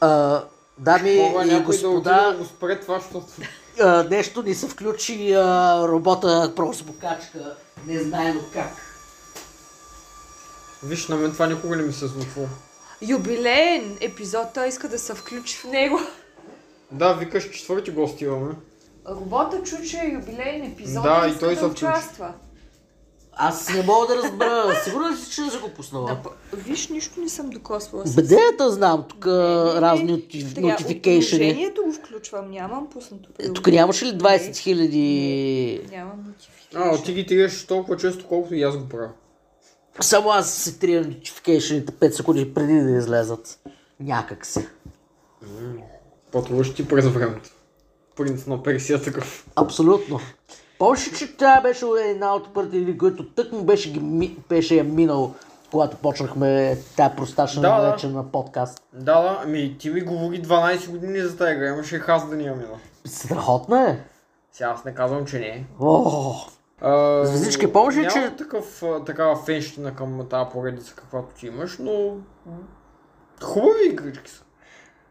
S2: А, дами
S3: Мога
S2: и
S3: някой да отиде да
S2: господа,
S3: го спре това, защото...
S2: а, нещо ни се включи а, робота просбукачка. Не знаем как.
S3: Виж, на мен това никога не ми се е случва.
S1: Юбилеен епизод, той иска да се включи в него.
S3: Да, викаш четвърти гост имаме.
S1: Робота чу, че е юбилеен епизод
S3: Да,
S1: и
S3: и
S1: иска
S3: той
S1: да
S3: се включи.
S1: участва.
S2: Аз не мога да разбера. Сигурно ли си, че не си го пуснала?
S1: Да, п- виж, нищо не съм докосвала. с-
S2: Бъде да знам, тук а, разни
S1: Трябва-
S2: нотиф-
S1: от
S2: нотификейшени.
S1: приложението го включвам, нямам пуснато.
S2: Е, Тук
S1: приложение.
S2: нямаше ли 20 хиляди...
S1: Не, Нямам нотификейшн.
S2: Значи-
S3: А, ти ги тигаш толкова често, колкото и аз го правя.
S2: Само аз си трия нотификейшените 5 секунди преди да излезат. Някак си.
S3: Пътуваш ти през времето. Принц на Персия такъв.
S2: Абсолютно. Помниш, ли, че тя беше една от първите игри, които тък му беше, ги, ми- беше я минал, когато почнахме тази простачна
S3: Да,
S2: да,
S3: да.
S2: наречена подкаст.
S3: Да, да, ами ти ми говори 12 години за тази игра, имаше и хаз да ни я мина.
S2: Страхотна е.
S3: Сега аз не казвам, че не е.
S2: О,
S3: А,
S2: Звездички, помниш ли,
S3: нямам
S2: че-
S3: такъв, а, такава фенщина към тази поредица, каквато ти имаш, но... Хубави игрички са.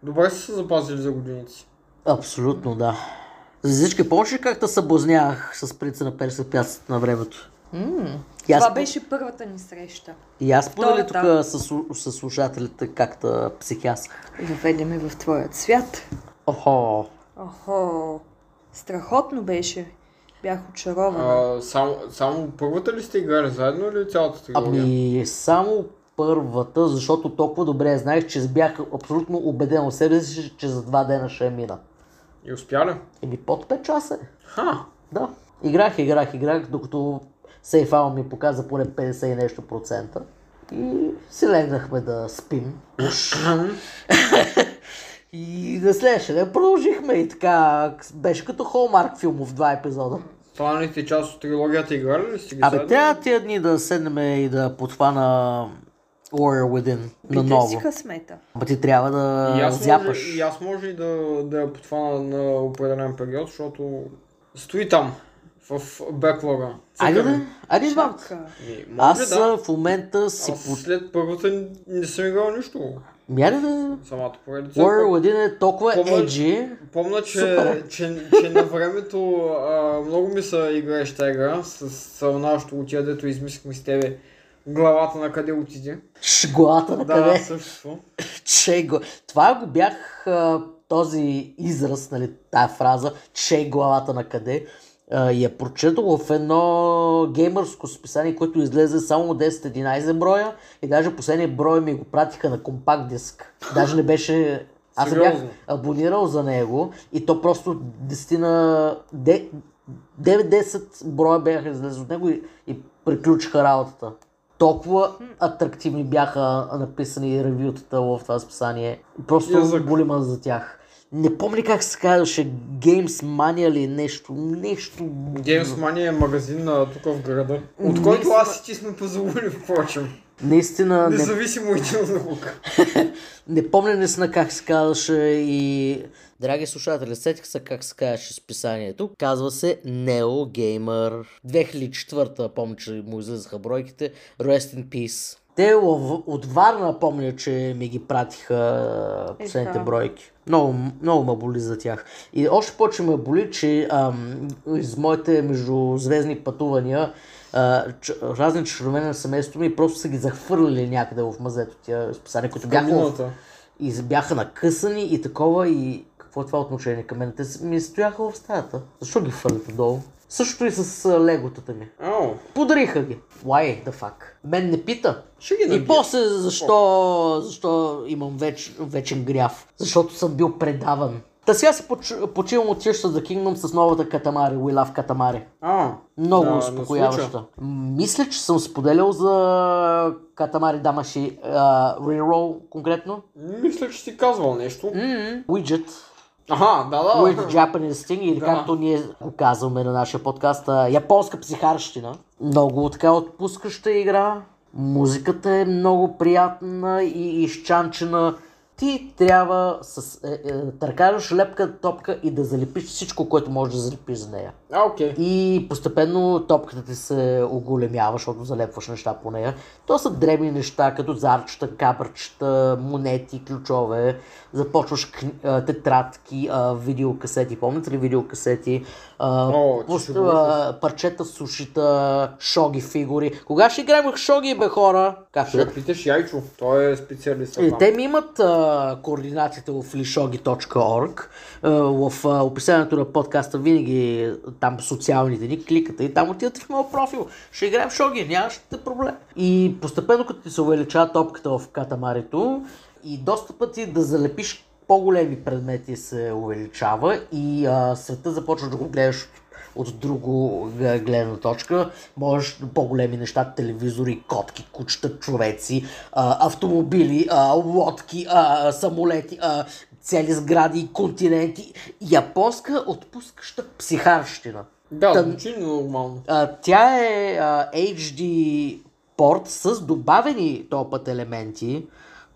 S3: Добре са се запазили за годиници.
S2: абсолютно да. Зизичка, помниш ли как те съблазнявах с принца на Персия в пясъцата на времето?
S1: М,
S2: И аз,
S1: Това
S2: по-
S1: беше първата ни среща.
S2: И аз подали тук
S1: Втората.
S2: с, с слушателите как те психиасах.
S1: Въведе ме в твоят свят.
S2: Охо.
S1: Охо, страхотно беше. Бях очарована.
S3: А, само, само първата ли сте играли заедно или цялата трилогия?
S2: Ами само първата, защото толкова добре я знаех, че бях абсолютно убеден в себе си, че- че за два дена ще я мина.
S3: И успя ли?
S2: Еми под 5 часа е.
S3: Ха!
S2: Да. Играх, играх, играх, докато сейфал ми показа поне 50 и нещо процента. И си легнахме да спим. Уж. и на следващия ден продължихме и така. Беше като Холмарк филмов два епизода.
S3: Останалите част от трилогията играли ли сте ги
S2: Абе,
S3: заедно?
S2: трябва тия дни да седнем и да подхвана Warrior Within
S1: Питай си
S2: наново.
S1: късмета.
S2: Ама ти трябва да
S3: И аз може,
S2: зяпаш.
S3: и аз може и да, да я потвана на определен период, защото стои там, в беклога.
S2: Айде да,
S3: Цъкаме.
S2: айде двамата.
S1: Чака.
S3: Ми, Може
S2: Аз
S3: да.
S2: а, в момента си
S3: Аз
S2: под...
S3: след първата не съм играл нищо.
S2: Мяре да...
S3: Самата поредица.
S2: Warrior Within е толкова
S3: Помня-
S2: edgy.
S3: Помня, че,
S2: Супер.
S3: че, че на времето а, много ми се играеш тази игра с, с нашото отия, дето измислихме с тебе главата на къде отиде.
S2: Ш, Главата на
S3: Да,
S2: къде?
S3: също.
S2: Чей го... Това го бях а, този израз, нали, тая фраза, чей главата на къде, а, я прочетох в едно геймърско списание, което излезе само 10-11 броя и даже последния брой ми го пратиха на компакт диск. Даже не беше... Аз се бях
S3: Сериозно?
S2: абонирал за него и то просто 10 на... 9-10 броя бяха излезли от него и, и приключиха работата. Толкова атрактивни бяха написани ревютата в това списание. Просто
S3: Язък.
S2: голема за тях. Не помня как се казваше Games Mania ли е нещо, нещо...
S3: Games Mania е магазин а, тук в града, от който
S2: Наистина-
S3: аз и ти сме позволили, впрочем.
S2: Наистина не,
S3: Независимо един от друг.
S2: не помня наистина как се казваше и... Драги слушатели, сетих се как се казваше списанието. Казва се Neo Gamer. 2004-та, помня, че му излизаха бройките. Rest in Peace. Те лав- от Варна помня, че ми ги пратиха
S1: Е,
S2: последните
S1: да.
S2: бройки. Много, много ме боли за тях. И още повече ме боли, че ам, из моите междузвездни пътувания а, ч, разни членове на семейството ми просто са ги захвърлили някъде в мазето тия списания, които бяха в
S3: Камината.
S2: и с- бяха накъсани и такова и какво е това отношение към мен? Те с- ми стояха в стаята. Защо ги фърлите долу? Същото и с а, леготата ми.
S3: Ау,
S2: Подариха ги. Why the fuck? Мен не пита.
S3: ще ги
S2: И
S3: набия.
S2: после защо, защо имам веч, вечен гряв? Защото съм бил предаван. Та сега си поч- почивам от Tears of the Kingdom с новата катамари, We Love Катамари.
S3: Ау,
S2: Много
S3: Да, не
S2: успокояваща. Мисля, че съм споделял за Катамари Дамаши а, Reroll конкретно.
S3: мисля, че си казвал нещо.
S2: Mm-hmm. Widget.
S3: Аха, да,
S2: With
S3: да.
S2: Japanese thing, или
S3: Да.
S2: както ние го казваме на нашия подкаст, а, японска психарщина. Много така отпускаща игра. Музиката е много приятна и изчанчена. Ти трябва с е, е, търкаш лепка, топка и да залепиш всичко, което можеш да залепиш за нея.
S3: А, окей.
S2: И постепенно топката ти се оголемява, защото залепваш неща по нея. То са дребни неща, като зарчета, кабърчета, монети, ключове. Започваш кни- а, тетрадки, а, видеокасети. Помните ли видеокасети? А,
S3: О, ти
S2: пус-
S3: ще говориш.
S2: а, парчета, сушита, шоги, фигури. Кога ще играем в шоги, бе, хора? Как
S3: Ще питаш Яйчо, той е специалист. в
S2: и
S3: това.
S2: те ми имат а, координатите в lishogi.org. А, Е, в а, описанието на подкаста винаги там социалните ни кликате и там отивате в моят профил. Ще играем в шоги, нямате проблем. И постепенно като ти се увеличава топката в катамарито и достъпът ти да залепиш по-големи предмети се увеличава и а, света започва да го гледаш от друго г- гледна точка. Можеш по-големи неща, телевизори, котки, кучета, човеци, а, автомобили, а, лодки, а, самолети, а, цели сгради, континенти. Японска отпускаща психарщина.
S3: Да,
S2: Та-
S3: звучи нормално.
S2: А, тя е а, HD порт с добавени този път елементи.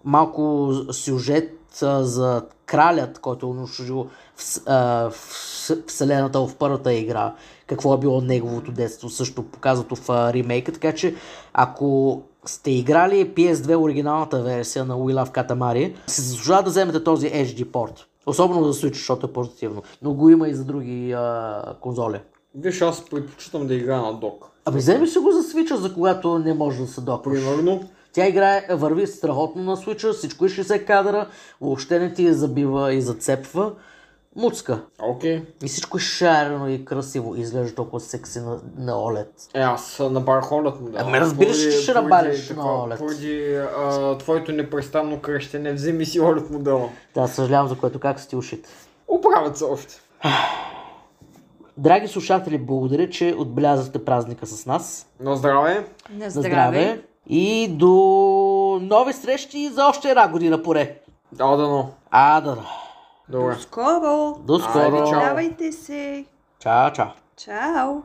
S2: Малко сюжет а, за кралят, който е унищожил вс, а, вс, вселената в първата игра. Какво е било неговото детство, също показато в а, ремейка. Така че, ако сте играли PS2 оригиналната версия на We Love Katamari, се заслужава да вземете този HD порт. Особено за Switch, защото е портативно. Но го има и за други а, конзоли.
S3: Виж, аз предпочитам да играя на док.
S2: Абе, Ами вземи си го за свича, за когато не може да се допреш.
S3: Примерно,
S2: Тя играе, върви страхотно на свича, всичко е 60 кадра, въобще не ти забива и зацепва. Муцка.
S3: окей.
S2: И всичко е шарено и красиво. Изглежда толкова секси на, на OLED.
S3: Е, аз набарах ролят му да.
S2: Ами, разбираш, че ще набариш
S3: така,
S2: на OLED.
S3: Поради а, твоето непрестанно крещене, вземи си ролят модела.
S2: Да, съжалявам за което как сте ушите.
S3: Оправят се още.
S2: Драги слушатели, благодаря, че отбелязахте празника с нас.
S3: Но здраве.
S1: На
S2: На
S1: здраве.
S2: здраве. И до нови срещи за още една година поре.
S3: Да, да, но.
S2: А, да, да.
S3: Добре.
S1: Скоро.
S2: До скоро.
S3: Айде, чао.
S1: Здравейте се.
S2: Чао, чао.
S1: Чао.